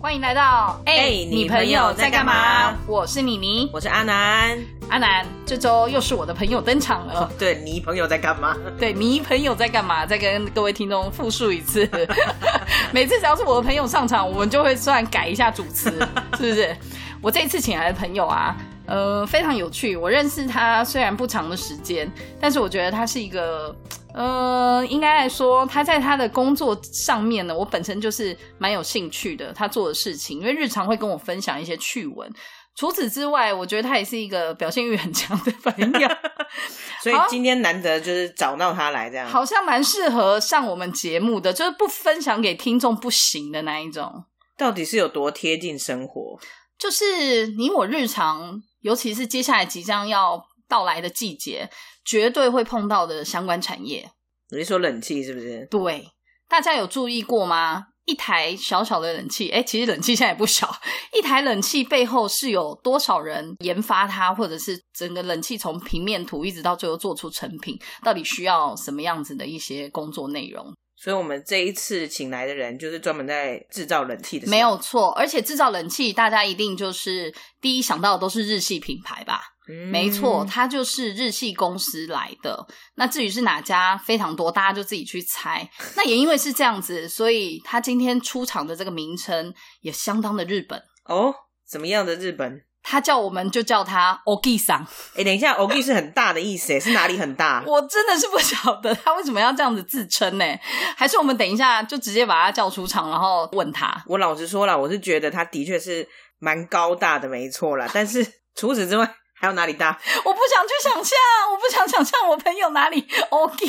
欢迎来到哎你朋友在干嘛？我是米妮，我是阿南。哦阿南，这周又是我的朋友登场了。对你朋友在干嘛？ 对，迷朋友在干嘛？再跟各位听众复述一次。每次只要是我的朋友上场，我们就会突然改一下主词，是不是？我这一次请来的朋友啊，呃，非常有趣。我认识他虽然不长的时间，但是我觉得他是一个，呃，应该来说，他在他的工作上面呢，我本身就是蛮有兴趣的。他做的事情，因为日常会跟我分享一些趣闻。除此之外，我觉得他也是一个表现欲很强的朋友。所以今天难得就是找到他来这样。好像蛮适合上我们节目的，就是不分享给听众不行的那一种。到底是有多贴近生活？就是你我日常，尤其是接下来即将要到来的季节，绝对会碰到的相关产业。你是说冷气是不是？对，大家有注意过吗？一台小小的冷气，哎、其实冷气现在也不小。 一台冷气背后是有多少人研发它，或者是整个冷气从平面图一直到最后做出成品，到底需要什么样子的一些工作内容？所以我们这一次请来的人就是专门在制造冷气的。没有，错，而且制造冷气，大家一定就是第一想到的都是日系品牌吧？嗯没错，。它就是日系公司来的。那至于是哪家，非常多，大家就自己去猜。那也因为是这样子，所以它今天出场的这个名称也相当的日本。哦，怎么样的日本？他叫我们就叫他 Ogi 桑，哎，等一下，欧 i 是很大的 意思耶，是哪里很大？我真的是不晓得他为什么要这样子自称呢？还是我们等一下就直接把他叫出场，然后问他？我老实说了，我是觉得他的确是蛮高大的，没 错啦。但是除此之外，还有哪里大？我不想去想象，我不想想象我朋友哪里 OK。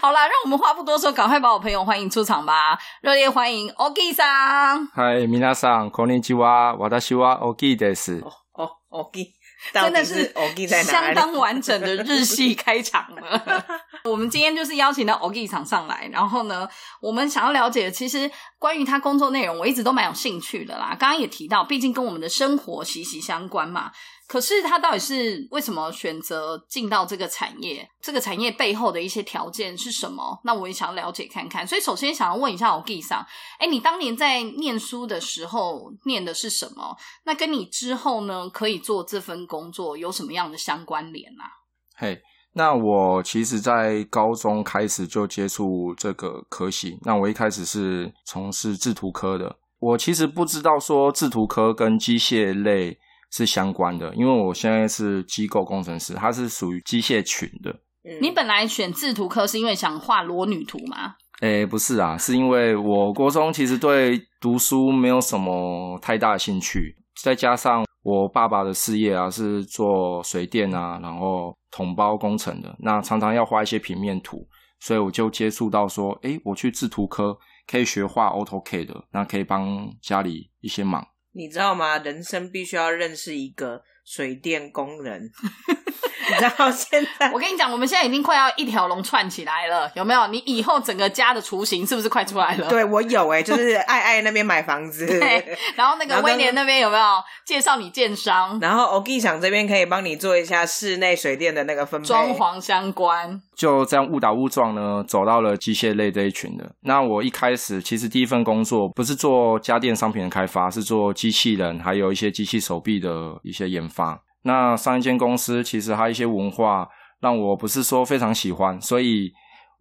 好啦，让我们话不多说，赶快把我朋友欢迎出场吧！热烈欢迎 OK 桑。嗨，米娜桑，こんにちは，わたしはオギです。哦哦，欧 i 到真底的是欧 i 在哪相里？当完整的日系开场了。 我们今天就是邀请到 OG 厂上来，然后呢，我们想要了解，其实关于他工作内容，我一直都蛮有兴趣的啦。刚刚也提到，毕竟跟我们的生活息息相关嘛。可是他到底是为什么选择进到这个产业？这个产业背后的一些条件是什么？那我也想要了解看看。所以首先想要问一下 OG 上，哎，你当年在念书的时候念的是什么？那跟你之后呢，可以做这份工作有什么样的相关联啊？嘿，那我其实，在高中开始就接触这个科系。那我一开始是从事制图科的。我其实不知道说制图科跟机械类是相关的，因为我现在是机构工程师，它是属于机械群的。嗯你本来选制图科是因为想画裸女图吗？诶，不是啊，是因为我国中其实对读书没有什么太大的兴趣，再加上我爸爸的事业啊是做水电啊，然后统包工程的，那常常要画一些平面图，所以我就接触到说，诶，我去制图科可以学画 AutoCAD 的，那可以帮家里一些忙。你知道吗？人生必须要认识一个水电工人。 你知道现在我跟你讲，我们现在已经快要一条龙串起来了，有没有？你以后整个家的雏形是不是快出来了？。对我有哎、就是爱爱那边买房 子，对，然后那然个后那威个廉那边有没有介绍你建商、然后 o g 厂这边可以帮你做一下室内水电的那个分配装。潢相关？就这样误打误撞呢，走到了机械类这一群的。那我一开始其实第一份工作不是做家电商品的开发，是做机器人还有一些机器手臂的一些研发。那上一间公司其实它一些文化让我不是说非常喜欢，所以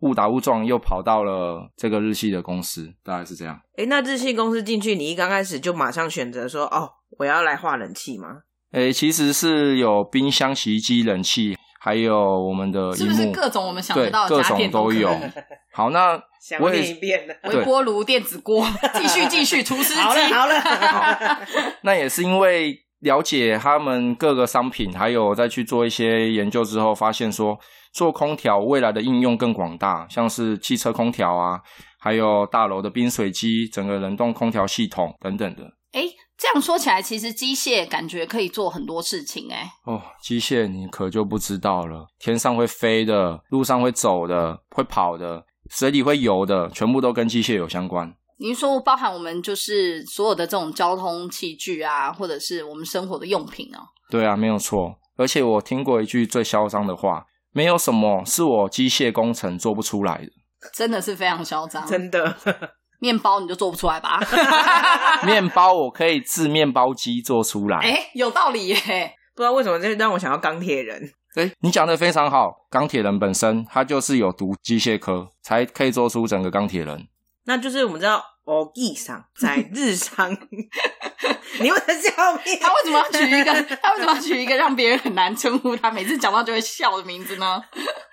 误打误撞又跑到了这个日系的公司，大概是这样。哎，那日系公司进去，你一刚开始就马上选择说，哦，我要来画冷气吗？诶，其实是有冰箱、洗衣机、冷气，还有我们的是呃荧不幕，是各种我们想得对到的各家电种都可有 能？ 好，那想我也念一遍了。对微波炉、电子锅，继续继续，厨师机。 好了好了，那也是因为了解他们各个商品，还有再去做一些研究之后，发现说做空调未来的应用更广大，像是汽车空调啊，还有大楼的冰水机、整个冷冻空调系统等等的。哎，这样说起来，其实机械感觉可以做很多事情哎、哦，机械你可就不知道了，天上会飞的，路上会走的，会跑的，水里会游的，全部都跟机械有相关。您说包含我们就是所有的这种交通器具啊，或者是我们生活的用品哦、对啊，没有错。而且我听过一句最嚣张的话：没有什么是我机械工程做不出来的。真的是非常嚣张。真的， 面包你就做不出来吧？ 面包我可以制面包机做出来。哎、有道理耶、不知道为什么这让我想到钢铁人，哎，你讲的非常好。钢铁人本身他就是有读机械科，才可以做出整个钢铁人。那就是我们知道哦，地上在日常， 你们的笑面，他为什么要取一个？他为什么要取一个让别人很难称呼他，每次讲到就会笑的名字呢？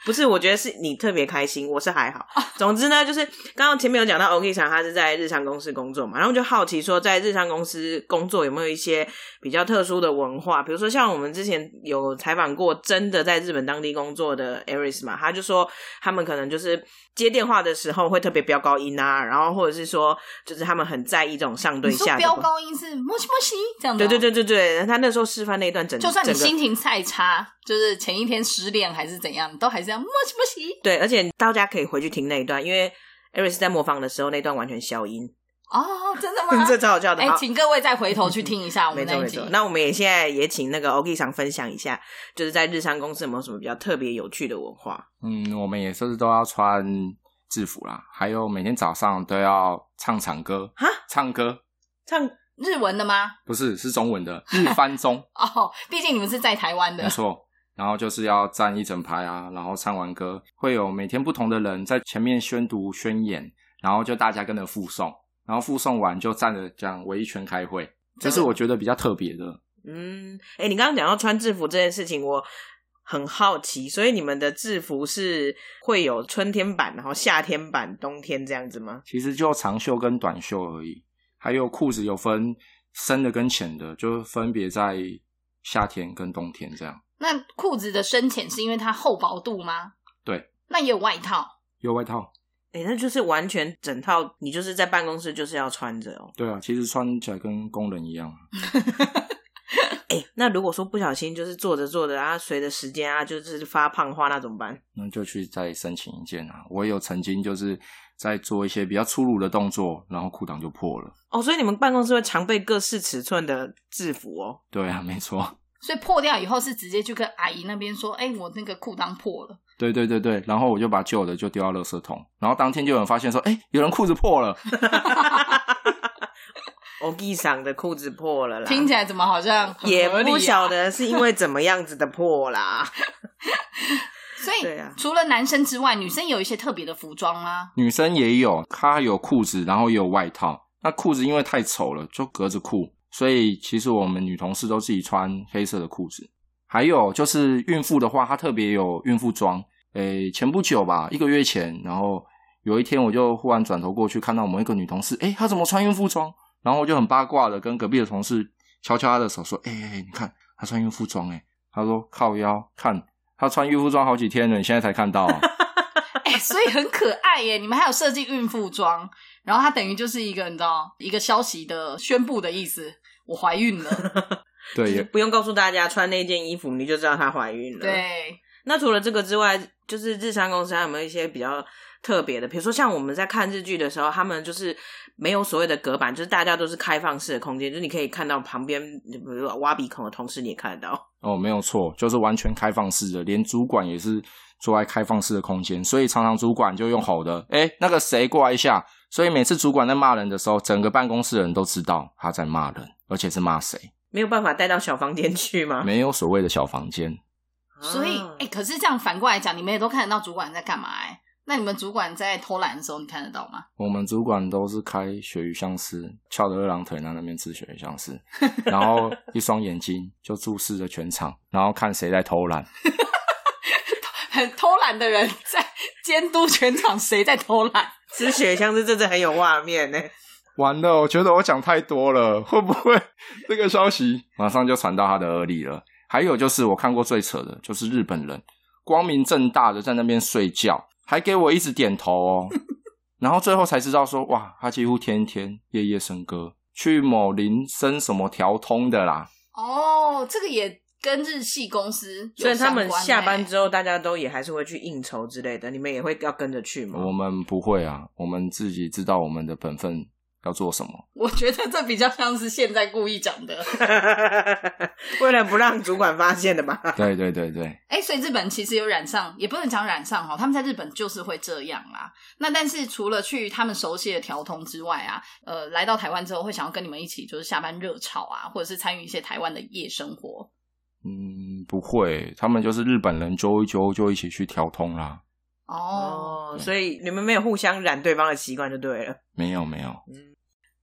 不是，我觉得是你特别开心，我是还好。哦 总之呢，就是刚刚前面有讲到 OK 厂，他是在日商公司工作嘛，然后我就好奇说，在日商公司工作有没有一些比较特殊的文化？比如说像我们之前有采访过真的在日本当地工作的 Aris 嘛，他就说他们可能就是接电话的时候会特别飙高音啊，然后或者是说就是他们很在意这种上对你说下的飙关。高音是莫西莫西这样的，哦对对。对对对，他那时候示范那一段整，就算你整个心情再差，就是前一天失恋还是怎样，你都还是要莫西莫西对，而且大家可以回去听那一段，因为 Aris 在模仿的时候那段完全 消音，哦，真的 吗？这超好笑的。哎、好请各位再回头去听一下我们那没错一没集错，。那我们也现在也请那个 OK 上分享一下，就是在日商公司有没有什么比较特别有趣的文化？嗯，我们也是都要穿制服啦，还有每天早上都要唱唱歌哈，唱歌唱日文的吗？不是是中文的日翻中， 哦，毕竟你们是在台湾没的，错。然后就是要站一整排啊，然后唱完歌，会有每天不同的人在前面宣读宣言，然后就大家跟着附送，然后附送完就站着这样围一圈开会，这是我觉得比较特别的。嗯，哎、你刚刚讲到穿制服这件事情，我很好奇，所以你们的制服是会有春天版，然后夏天版、冬天这样子吗？其实就长袖跟短袖而已，还有裤子有分深的跟浅的，就分别在夏天跟冬天这样。那裤子的深浅是因为它厚薄度吗？对，那也有外套。有外套，哎、那就是完全整套，你就是在办公室就是要穿着哦。对啊，其实穿起来跟工人一样。啊哎、那如果说不小心就是坐着坐着啊，随着时间啊，就是发胖的话，那怎么办？那就去再申请一件啊！我有曾经就是在做一些比较粗鲁的动作，然后裤裆就破了。哦，所以你们办公室会常备各式尺寸的制服哦。对啊，没错，所以破掉以后是直接去跟阿姨那边说：“哎、我那个裤裆破了。对对对对。然后我就把旧的就丢到垃圾桶，然后当天就有人发现说：“哎、有人裤子破了。欧弟桑哦的裤子破了啦，听起来怎么好像很啊也合理啊不晓。得是因为怎么样子的破啦。所以、对啊除了男生之外，女生有一些特别的服装啊吗？”女生也有，她有裤子，然后也有外套。那裤子因为太丑了，就隔着裤，所以其实我们女同事都自己穿黑色的裤子。还有就是孕妇的话，她特别有孕妇装。诶，前不久吧，一个月前，然后有一天我就忽然转头过去，看到我们一个女同事，诶，她怎么穿孕妇装？然后我就很八卦的跟隔壁的同事敲敲她的手，说：“诶，诶你看她穿孕妇装，诶。”她说：“靠腰，看她穿孕妇装好几天了，你现在才看到、啊。哎、所以很可爱耶！你们还有设计孕妇装，然后它等于就是一个你知道一个消息的宣布的意思，我怀孕 了。对，也不用告诉大家穿那件衣服，你就知道她怀孕了。，对，那除了这个之外，就是日商公司还有没有一些比较特别的？比如说像我们在看日剧的时候，他们就是没有所谓的隔板，就是大家都是开放式的空间，就是你可以看到旁边，比如说挖鼻孔的同时，你也看得到。哦，没有错，就是完全开放式的，连主管也是坐在开放式的空间，所以常常主管就用吼的，哎，那个谁过来一下。所以每次主管在骂人的时候，整个办公室的人都知道他在骂人，而且是骂谁，没有办法带到小房间去吗？没有所谓的小房间。所以啊哎、可是这样反过来讲，你们也都看得到主管在干嘛哎、那你们主管在偷懒的时候，你看得到吗？我们主管都是开鳕鱼香丝，翘着二郎腿在那边吃鳕鱼香丝，然后一双眼睛就注视着全场，然后看谁在偷懒。很偷懒的人在监督全场谁在偷懒。吃雪香是真的很有画面呢、完了，我觉得我讲太多了，会不会 这个消息马上就传到他的耳里了？还有就是我看过最扯的，就是日本人光明正大的在那边睡觉，还给我一直点头哦， 然后最后才知道说，哇，他几乎天天夜夜笙歌，去某林森什么调通的啦，哦，这个也跟日系公司有所以他们相关欸下班之后，大家都也还是会去应酬之类的，你们也会要跟着去吗？我们不会啊，我们自己知道我们的本分要做什么。我觉得这比较像是现在故意讲的。 为了不让主管发现的吧？对对对对，哎、所以日本其实有染上，也不能讲染上哦，他们在日本就是会这样啦。那但是除了去他们熟悉的调通之外啊，呃，来到台湾之后会想要跟你们一起就是下班热炒啊，或者是参与一些台湾的夜生活。嗯，不会，他们就是日本人揪一揪就一起去调通啦。哦，哦，所以你们没有互相染对方的习惯就对了。没有没有，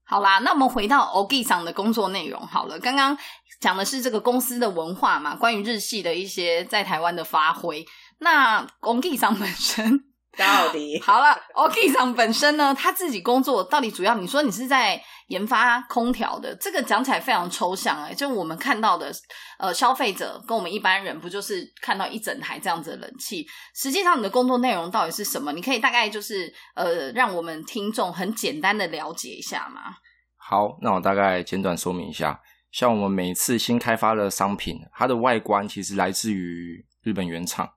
好啦，那我们回到 OG 上的工作内容好了。刚刚讲的是这个公司的文化嘛，关于日系的一些在台湾的发挥。那 OG 上本身 到底 好了，OK 上本身呢，他自己工作到底主要，你说你是在研发空调的，这个讲起来非常抽象哎、就我们看到的，呃，消费者跟我们一般人不就是看到一整台这样子的冷气？实际上你的工作内容到底是什么？你可以大概就是呃，让我们听众很简单的了解一下嘛。好，那我大概简短说明一下。像我们每次新开发的商品，它的外观其实来自于日本原厂。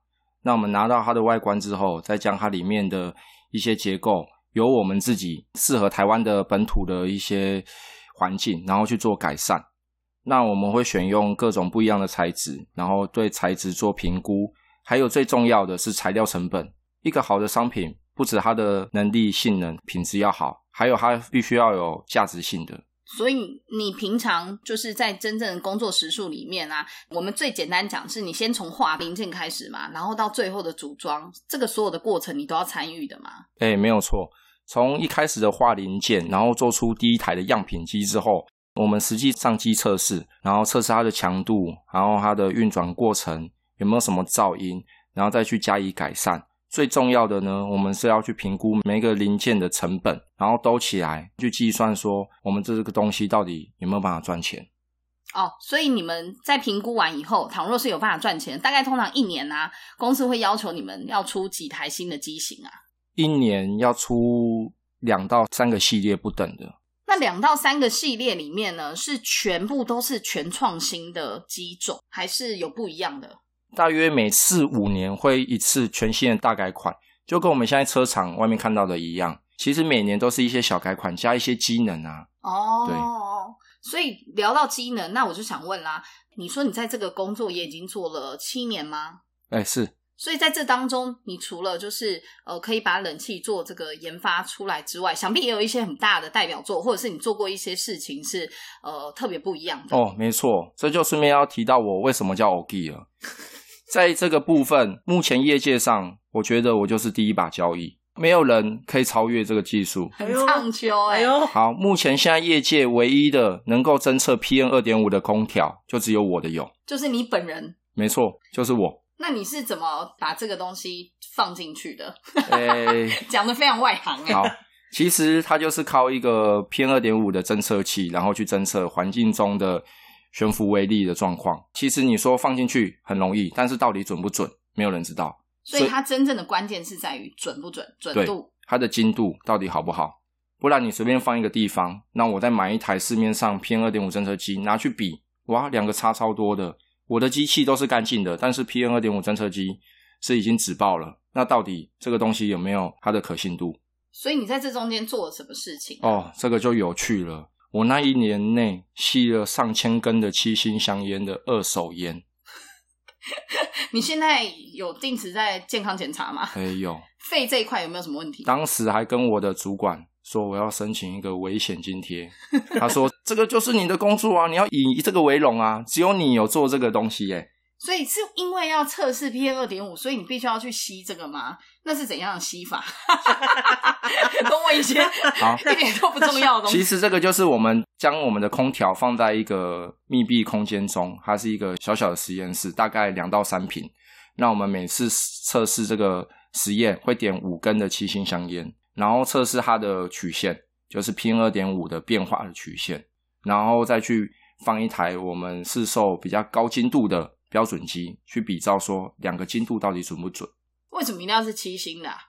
那我们拿到它的外观之后，再将它里面的一些结构，由我们自己适合台湾的本土的一些环境，然后去做改善。那我们会选用各种不一样的材质，然后对材质做评估，还有最重要的是材料成本。一个好的商品，不止它的能力、性能、品质要好，还有它必须要有价值性的。所以你平常就是在真正的工作时数里面啊，我们最简单讲是你先从画零件开始嘛，然后到最后的组装，这个所有的过程你都要参与的嘛。哎，没有错。从一开始的画零件，然后做出第一台的样品机之后，我们实际上机测试，然后测试它的强度，然后它的运转过程有没有什么噪音，然后再去加以改善。最重要的呢，我们是要去评估每一个零件的成本，然后兜起来去计算说我们这个东西到底有没有办法赚钱。哦，所以你们在评估完以后，倘若是有办法赚钱，大概通常一年啊，公司会要求你们要出几台新的机型啊。一年要出两到三个系列不等的，那两到三个系列里面呢，是全部都是全创新的机种，还是有不一样的？大约每四五年会一次全新的大改款，就跟我们现在车厂外面看到的一样。其实每年都是一些小改款，加一些机能啊。哦，所以聊到机能，那我就想问啦，你说你在这个工作也已经做了七年吗？哎，是所以在这当中，你除了就是呃可以把冷气做这个研发出来之外，想必也有一些很大的代表作，或者是你做过一些事情是呃特别不一样的。哦，没错。这就顺便要提到我为什么叫 OG 了。 在这个部分，目前业界上，我觉得我就是第一把交椅，没有人可以超越这个技术。很畅秋哎、呦，好，目前现在业界唯一的能够侦测 PM 二点五的空调，就只有我的有。就是你本人。没错，就是我。那你是怎么把这个东西放进去的？ 哎，讲的非常外行哎、好，其实它就是靠一个 PM 二点五的侦测器，然后去侦测环境中的悬浮微粒的状况。其实你说放进去很容易，但是到底准不准，没有人知道。所以它真正的关键是在于准不准、准对度。它的精度到底好不好？不然你随便放一个地方，那我再买一台市面上 PM 二点五侦测机拿去比，哇，两个差超多的。我的机器都是干净的，但是 PM 二点五侦测机是已经止爆了。那到底这个东西有没有它的可信度？所以你在这中间做了什么事情？哦，这个就有趣了。我那一年内吸了上千根的七星香烟的二手烟，你现在有定时在健康检查吗？哎呦！肺这一块有没有什么问题？当时还跟我的主管说我要申请一个危险津贴，他说这个就是你的工作啊，你要以这个为荣啊，只有你有做这个东西耶、所以是因为要测试 PM 二点五，所以你必须要去吸这个吗？那是怎样的吸法？ 跟我一些好 一点都不重要的东其西。实这个就是我们将我们的空调放在一个密闭空间中，它是一个小小的实验室，大概两到三平。那我们每次测试这个实验会点五根的七星香烟，然后测试它的曲线，就是 PM 二点五的变化的曲线，然后再去放一台我们市售比较高精度的标准机去比照，说两个精度到底准不准。为什么一定要是七星的啊、欸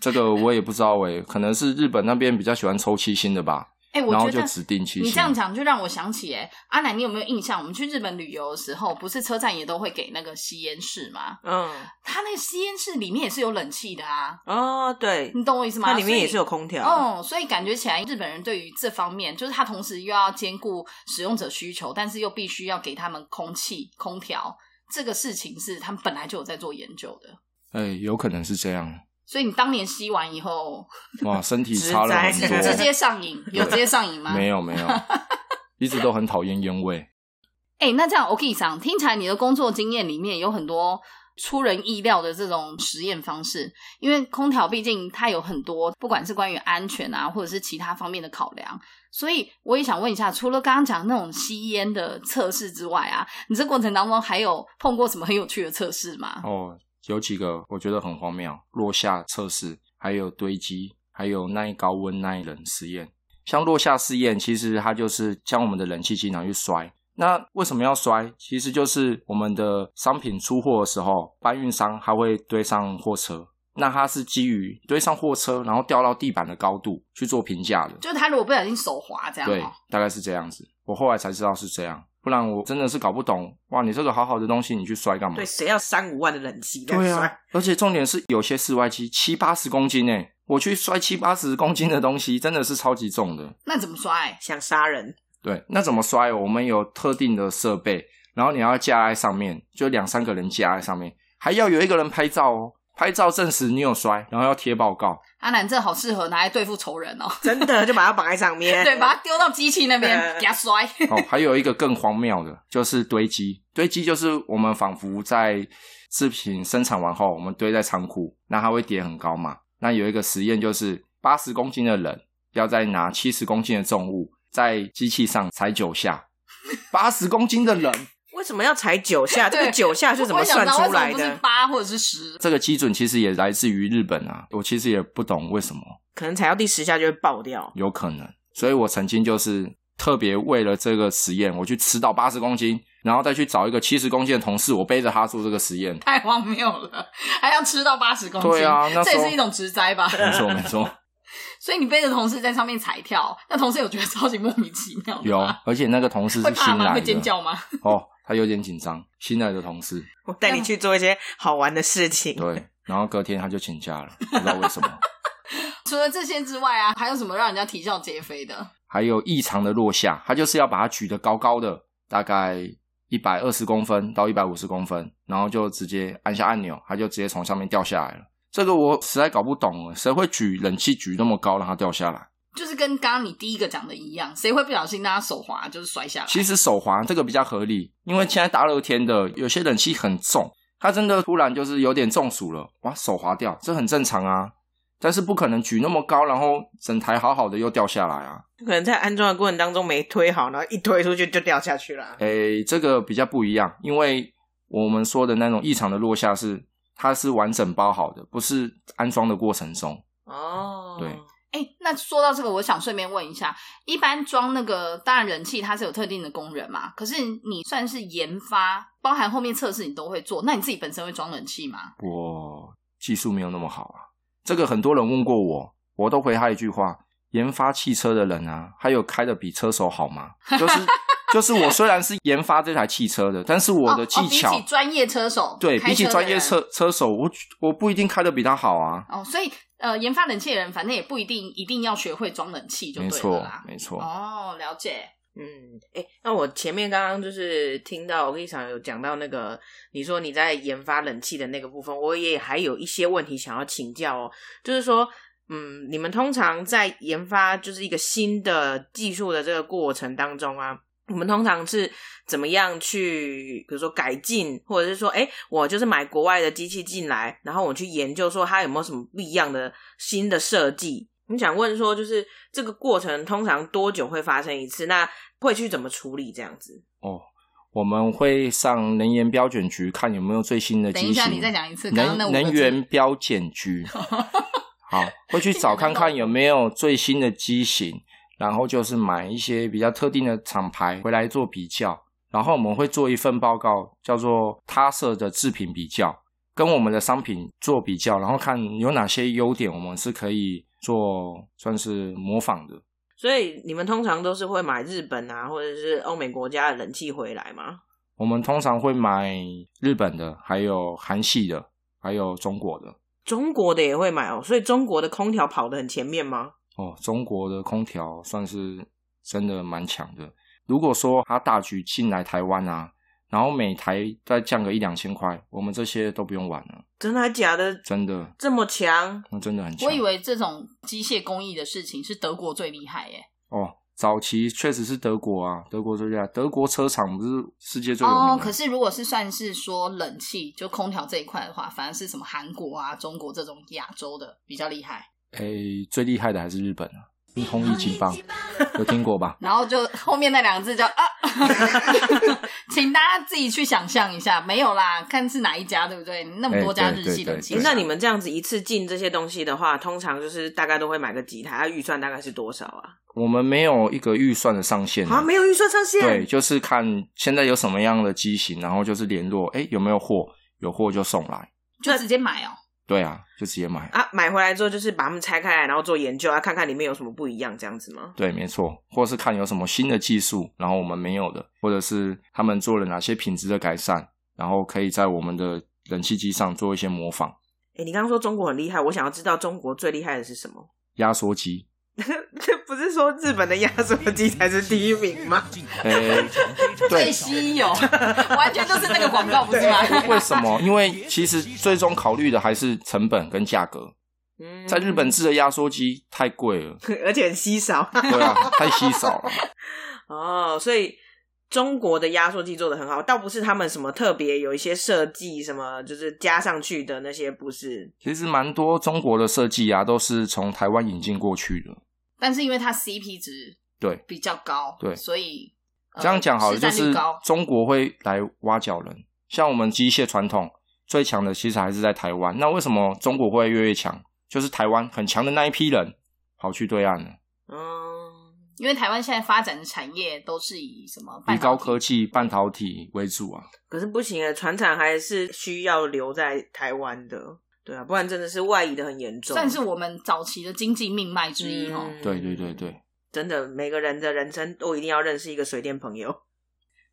这个我也不知道诶、可能是日本那边比较喜欢抽七星的吧。哎、 我然后觉就得指定期你限。这样讲就让我想起、哎，阿奶，你有没有印象？我们去日本旅游的时候，不是车站也都会给那个吸烟室吗？嗯，它那个吸烟室里面也是有冷气的啊，哦，对，你懂我意思吗？它里面也是所以有空调。哦，所以感觉起来日本人对于这方面，就是他同时又要兼顾使用者需求，但是又必须要给他们空气、空调这个事情是他们本来就有在做研究的。哎、有可能是这样。所以你当年吸完以 后，哇，身体直差了栽很是多。直接上瘾，有直接上瘾吗？没。有 没有，一直都很讨厌烟味。哎、那这样 OK 上，听起来你的工作经验里面有很多出人意料的这种实验方式，因为空调毕竟它有很多，不管是关于安全啊，或者是其他方面的考量。所以我也想问一下，除了刚刚讲那种吸烟的测试之外啊，你这过程当中还有碰过什么很有趣的测试吗？哦，有几个我觉得很荒谬，落下测试，还有堆积，还有耐高温耐冷实验。像落下试验，其实它就是将我们的冷气机拿去摔。那为什么要摔？其实就是我们的商品出货的时候，搬运商他会堆上货车，那它是基于堆上货车，然后掉到地板的高度去做评价的。就是他如果不小心手滑这样、对哦，，大概是这样子。我后来才知道是这样，不然我真的是搞不懂。哇，你这个好好的东西，你去摔干嘛？对，谁要三五万的冷气？对啊，而且重点是有些室外机七八十公斤诶、欸我去摔七八十公斤的东西，真的是超级重的。那怎么摔？想杀人，对，那怎么摔？我们有特定的设备，然后你要架在上面，就两三个人架在上面，还要有一个人拍照哦，拍照证实你有摔，然后要贴报告。阿南这好适合拿来对付仇 人哦，真的就把它绑在上 面。对，把它丢到机器那边对给他摔。哦，还有一个更荒谬的，就是堆积。堆积就是我们仿佛在制品生产完后，我们堆在仓库，那它会叠很高嘛。那有一个实验就是，八十公斤的人要再拿七十公斤的重物在机器上踩九下，八十公斤的人，为什么要踩九下？这对个九下是怎 么我想算到为什出么来不是的？八或者是十？这个基准其实也来自于日本啊。我其实也不懂为什么，可能踩到第十下就会爆掉。 有可能。所以我曾经就是特别为了这个实验，我去吃到八十公斤，然后再去找一个七十公斤的同事，我背着他做这个实验。太荒谬了，还要吃到八十公斤，对啊那时候这也是一种职灾吧？没错，没 错。所以你背着同事在上面踩跳，那同事有觉得超级莫名其妙的有吗，而且那个同事会是怕新吗？来会尖的叫吗？哦，他有点紧张，新来的同事我带你去做一些好玩的事情。对，然后隔天他就请假了，不知道为什 么。除了这些之外啊，还有什么让人家啼笑皆非的？还有异常的落下，他就是要把它举得高高的，大概一百二十公分到一百五十公分，然后就直接按下按钮，他就直接从上面掉下来了。这个我实在搞不懂了，谁会举冷气举那么高让它掉下来？就是跟刚刚你第一个讲的一样，谁会不小心让他手滑就是摔下来？其实手滑这个比较合理，因为现在大热天的，有些冷气很重，他真的突然就是有点中暑了，哇，手滑掉，这很正常啊。但是不可能举那么高，然后整台好好的又掉下来啊。可能在安装的过程当中没推好，然后一推出去就掉下去了。诶，这个比较不一样，因为我们说的那种异常的落下是它是完整包好的，不是安装的过程中。哦对，哎、那说到这个，我想顺便问一下，一般装那个当然人气它是有特定的工人嘛，可是你算是研发，包含后面测试你都会做，那你自己本身会装人气吗？我技术没有那么好啊，这个很多人问过我，我都回他一句话：研发汽车的人啊，还有开的比车手好吗？ 就是就是我虽然是研发这台汽车的，但是我的哦技巧，哦比起专业车手，对开比起车的专业人车车手，我我不一定开的比他好啊。哦，所以呃，研发冷气的人反正也不一定一定要学会装冷气就没对错了啦，。没错。哦，了解。嗯，哎、那我前面刚刚就是听到我跟你讲有讲到那个，你说你在研发冷气的那个部分，我也还有一些问题想要请教哦，就是说，嗯，你们通常在研发就是一个新的技术的这个过程当中啊。你们通常是怎么样去，比如说改进，或者是说，哎、我就是买国外的机器进来，然后我去研究说它有没有什么不一样的新的设计，你想问说，就是这个过程通常多久会发生一次？那会去怎么处理这样子？哦，我们会上能源标准局看有没有最新的等机一型。下，你再讲一次刚刚能那五个能字源标检 局，好，会去找看看有没有最新的机型，然后就是买一些比较特定的厂牌回来做比较，然后我们会做一份报告，叫做他社的制品比较，跟我们的商品做比较，然后看有哪些优点我们是可以做算是模仿的。所以你们通常都是会买日本啊，或者是欧美国家的冷气回来吗？我们通常会买日本的，还有韩系的，还有中国的。中国的也会买哦，所以中国的空调跑得很前面吗？哦，中国的空调算是真的蛮强的。如果说它大举进来台湾啊，然后每台再降个一两千块，我们这些都不用玩了，真的还假的？真的，这么强？那真的很强。我以为这种机械工艺的事情是德国最厉害耶、哦，早期确实是德国啊，德国最厉害，德国车厂不是世界最有名的。哦，可是如果是算是说冷气就空调这一块的话，反而是什么韩国啊、中国这种亚洲的比较厉害。诶，最厉害的还是日本啊，冰空一级棒，有听过吧？然后就后面那两个字叫啊， 请大家自己去想象一下，没有啦，看是哪一家，对不对？那么多家哎对日系冷气厂，对对那你们这样子一次进这些东西的话，通常就是大概都会买个几台，啊预算大概是多少啊？我们没有一个预算的上限啊，没有预算上限。对，，就是看现在有什么样的机型，然后就是联络，诶，有没有货？有货就送来。就直接买哦、对啊，就直接买。啊，买回来之后就是把它们拆开来，然后做研究啊，看看里面有什么不一样，这样子吗？对，没错，或是看有什么新的技术，然后我们没有的，或者是他们做了哪些品质的改善，然后可以在我们的冷气机上做一些模仿。哎、你刚刚说中国很厉害，我想要知道中国最厉害的是什么？ 压缩机，不是说日本的压缩机才是第一名吗？诶，对最，稀有，完全就是那个广告，不是吗？为什么？因为其实最终考虑的还是成本跟价格。 嗯在日本制的压缩机太贵了，而且很稀少 对啊，太稀少了。哦，所以中国的压缩机做的很好，倒不是他们什么特别有一些设计什么，就是加上去的那些，不是其实蛮多中国的设计啊，都是从台湾引进过去的。但是因为它 CP 值对，比较高，对所以、呃这样讲好了，市就占率是高中国会来挖角人，像我们机械传统最强的其实还是在台湾。那为什么中国会越来越强？就是台湾很强的那一批人跑去对岸了，嗯，因为台湾现在发展的产业都是以什么半以高导体科技、半导体为主啊。可是不行啊，船厂还是需要留在台湾的，对啊，不然真的是外移的很严重，算是我们早期的经济命脉之一哦。嗯对对对，对，真的每个人的人生都一定要认识一个水电朋友，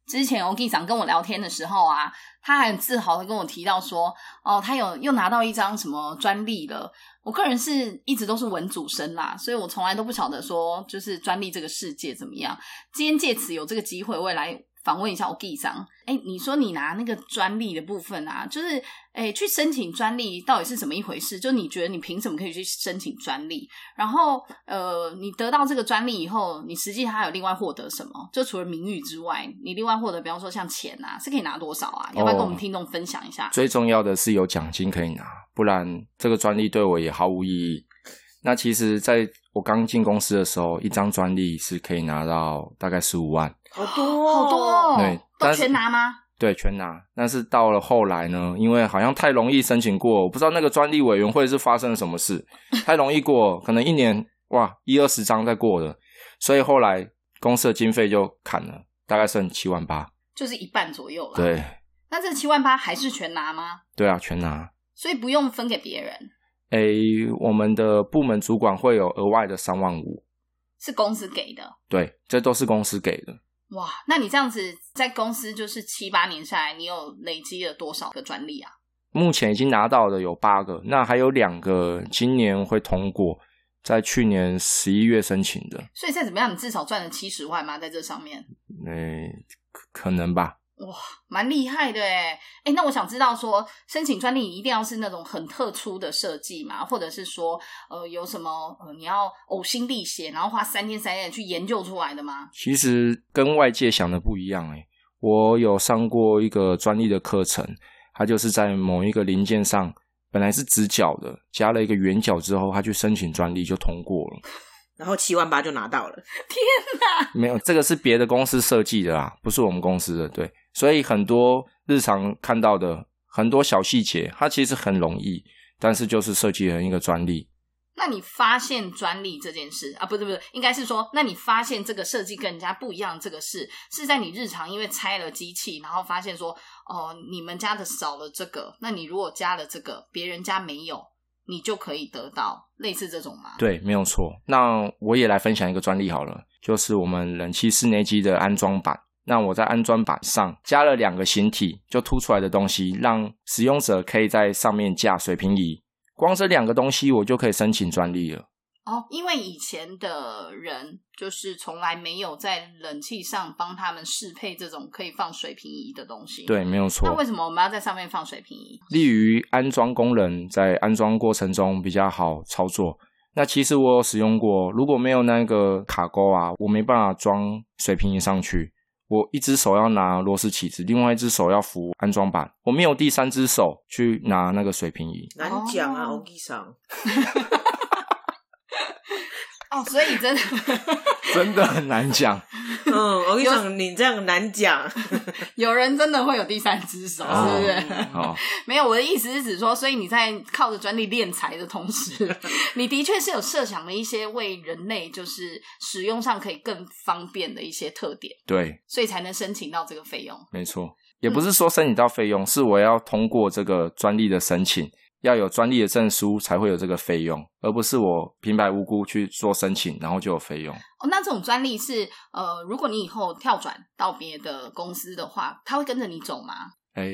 之前 OG 长跟我聊天的时候啊，他还很自豪的跟我提到说，哦，他有又拿到一张什么专利了。我个人是一直都是文主生啦，所以我从来都不晓得说就是专利这个世界怎么样。今天借此有这个机会，我也来访问一下 OG 长。哎，你说你拿那个专利的部分啊，就是哎去申请专利到底是怎么一回事？就你觉得你凭什么可以去申请专利？然后呃，你得到这个专利以后，你实际还有另外获得什么？就除了名誉之外，你另外获得，比方说像钱啊，是可以拿多少啊？要不要跟我们听众分享一下？最重要的是有奖金可以拿，不然这个专利对我也毫无意义。那其实，在我刚进公司的时候，一张专利是可以拿到大概十五万。好多、 好多、哦，对都但是全拿吗？对，全拿。但是到了后来呢，因为好像太容易申请过，我不知道那个专利委员会是发生了什么事，太容易过，可能一年哇一二十张在过了，所以后来公司的经费就砍了，大概剩七万八。就是一半左右了。，对，那这七万八还是全拿吗？对啊，全拿。所以不用分给别人，诶，我们的部门主管会有额外的三万五，是公司给的。对，这都是公司给的。哇，那你这样子在公司就是七八年下来，你有累积了多少个专利啊？目前已经拿到的有八个，那还有两个今年会通过，在去年十一月申请的，所以再怎么样，你至少赚了七十万吗？在这上面诶，可可能吧。蛮厉害的哎哎，那我想知道说，申请专利一定要是那种很特殊的设计嘛，或者是说呃有什么呃你要呕心沥血，然后花三天三夜去研究出来的吗？其实跟外界想的不一样诶、欸我有上过一个专利的课程，它就是在某一个零件上本来是直角的，加了一个圆角之后，它去申请专利就通过了。然后七万八就拿到了，没有，这个是别的公司设计的啦，不是我们公司的。对，所以很多日常看到的很多小细节，它其实很容易，但是就是设计成一个专利。那你发现专利这件事啊，不是不是，应该是说，那你发现这个设计跟人家不一样，这个事是在你日常因为拆了机器，然后发现说，哦，你们家的少了这个，那你如果加了这个，别人家没有，你就可以得到类似这种吗？对，没有错。那我也来分享一个专利好了，就是我们冷气室内机的安装板。那我在安装板上加了两个形体，就凸出来的东西，让使用者可以在上面架水平仪。光这两个东西，我就可以申请专利了。哦，因为以前的人就是从来没有在冷气上帮他们适配这种可以放水平仪的东西。，对，没那有为错。什么我们要在上面放水平仪？利于安装工人在安装过程中比较好操作。那其实我有使用过，如果没有那个卡钩啊，我没办法装水平仪上去。我一只手要拿螺丝起子，另外一只手要扶安装板，我没有第三只手去拿那个水平仪。难讲啊，哦欧吉桑。哦，所以真的 真的很难讲。嗯，欧吉桑，你这样 难讲。有人真的会有第三只手， 哦是不是？好，没有，我的意思是指说，所以你在靠着专利敛财的同 时，你的确是有设想了一些为人类就是使用上可以更方便的一些特点，对，所以才能申请到这个费用。没错，也不是说申请到费用，是我要通过这个专利的申请，要有专利的证书才会有这个费用，而不是我平白无故去做申请，然后就有费用。哦，那这种专利是呃，如果你以后跳转到别的公司的话，他会跟着你走吗？哎，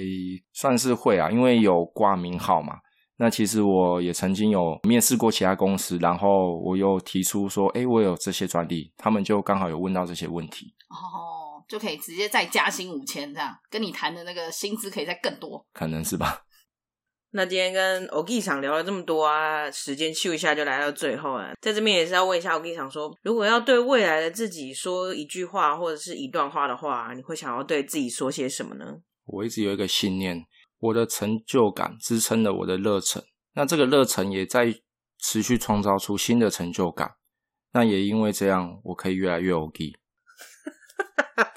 算是会啊，因为有挂名号嘛。那其实我也曾经有面试过其他公司，然后我有提出说，哎，我有这些专利，他们就刚好有问到这些问题，哦，就可以直接再加薪五千这样，跟你谈的那个薪资可以再更 多。可能是吧？那今天跟欧吉桑聊了这么多啊，时间咻一下就来到最后了。在这边也是要问一下欧吉桑说，如果要对未来的自己说一句话或者是一段话的话，你会想要对自己说些什么呢？我一直有一个信念，我的成就感支撑了我的热忱，那这个热忱也在持续创造出新的成就感。那也因为这样，我可以越来越 OK。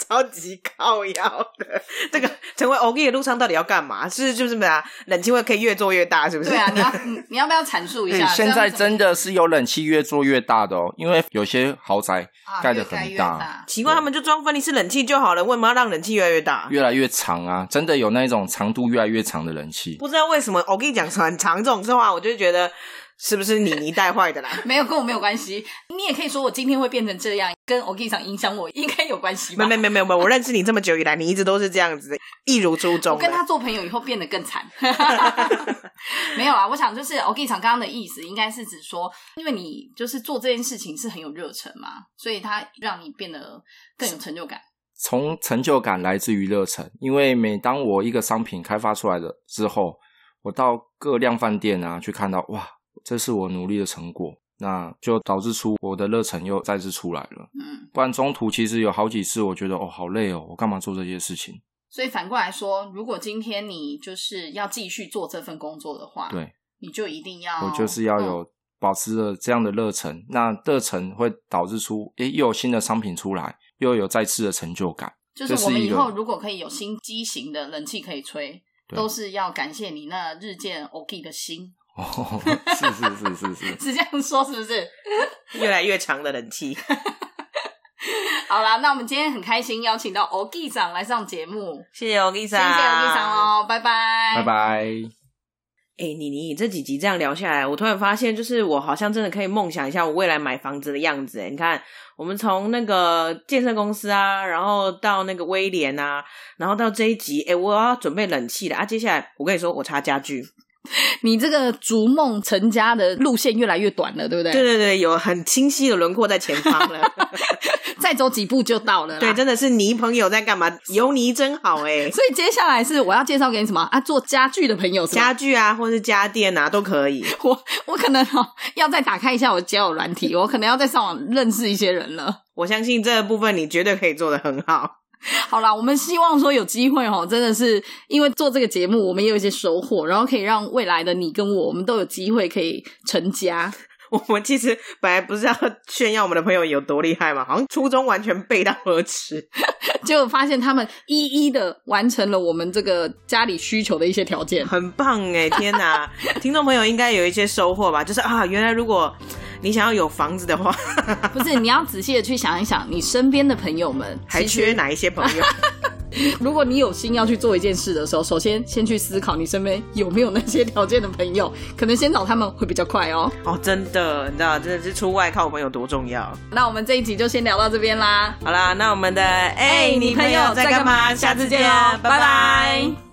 超级靠腰的，这个成为欧吉的路上到底要干嘛？是就是什么啊？冷气会可以越做越大，是不是？对啊，你要你你要不要阐述一哎下？现在真的是是有冷气越做越大的哦，因为有些豪宅盖得很啊越大大 奇怪，他们就装分离式冷气就好了，为什么要让冷气越来越大？越来越长啊，真的有那种长度越来越长的冷气。不知道为什么，我跟你讲很长这种话，我就觉得是不是你你带坏的啦？ 没有跟我没有关系。你也可以说我今天会变成这样，跟我 g 上影响我应该有关系吧？ 没没没没没，我认识你这么久以来，你一直都是这样子，一如初衷我的。跟他做朋友以后变得更 惨，没有啊。我想就是 OK 厂刚刚的意思，应该是指说，因为你就是做这件事情是很有热忱嘛，所以它让你变得更有成就感。从成就感来自于热忱，因为每当我一个商品开发出来的之后，我到各量贩店啊去看到，哇，这是我努力的成果，那就导致出我的热忱又再次出来了。嗯，不然中途其实有好几次，我觉得哦好累哦，我干嘛做这些事情？所以反过来说，如果今天你就是要继续做这份工作的话，对，你就一定要我就是要有保持着这样的热忱，那热忱会导致出诶又有新的商品出来，又有再次的成就感。就是这是我们一以个后如果可以有新机型的冷气可以吹，对都是要感谢你那日渐 OK 的心，哦， 是是是是是。是这样说是不是？越来越长的冷气，好啦，那我们今天很开心邀请到 OK 长来上节目， 谢哦谢欧丽谢莎，谢 OK 长。哦，拜拜，拜。拜。哎、你你这几集这样聊下来，我突然发现，就是我好像真的可以梦想一下我未来买房子的样子。哎，你看，我们从那个建设公司啊，然后到那个威廉啊，然后到这一集，哎、我要准备冷气了啊。接下来，我跟你说，我插家具，你这个逐梦成家的路线越来越短了，对不对？对对对，有很清晰的轮廓在前方了。 再走几步就到了啦。对，真的是你朋友在干嘛？有你真好哎、所以接下来是我要介绍给你什么啊？做家具的朋友是吗家具啊，或是家电啊，都可 以。我我可能哦要再打开一下我的交友软体，我可能要再上网认识一些人了。我相信这部分你绝对可以做得很好。 好啦，我们希望说有机会哦，真的是因为做这个节目，我们也有一些收获，然后可以让未来的你跟我，我们都有机会可以成家。 我们其实本来不是要炫耀我们的朋友有多厉害嘛，好像初衷完全背道而驰。结果发现他们一一的完成了我们这个家里需求的一些条 件。 很棒哎、天 哪！听众朋友应该有一些收获吧？就是啊，原来如果你想要有房子的 话，不是，你要仔细的去想一想，你身边的朋友们还其实 缺哪一些朋友？如果你有心要去做一件事的时候，首先先去思考你身边有没有那些条件的朋友，可能先找他们会比较快哦。哦，真的，你知道，真的是出外靠朋友多重要。 那我们这一集就先聊到这边啦，好啦，那我们的哎、哎你你朋朋友友在在干干嘛？嘛下次见下哦次见哦，拜拜拜拜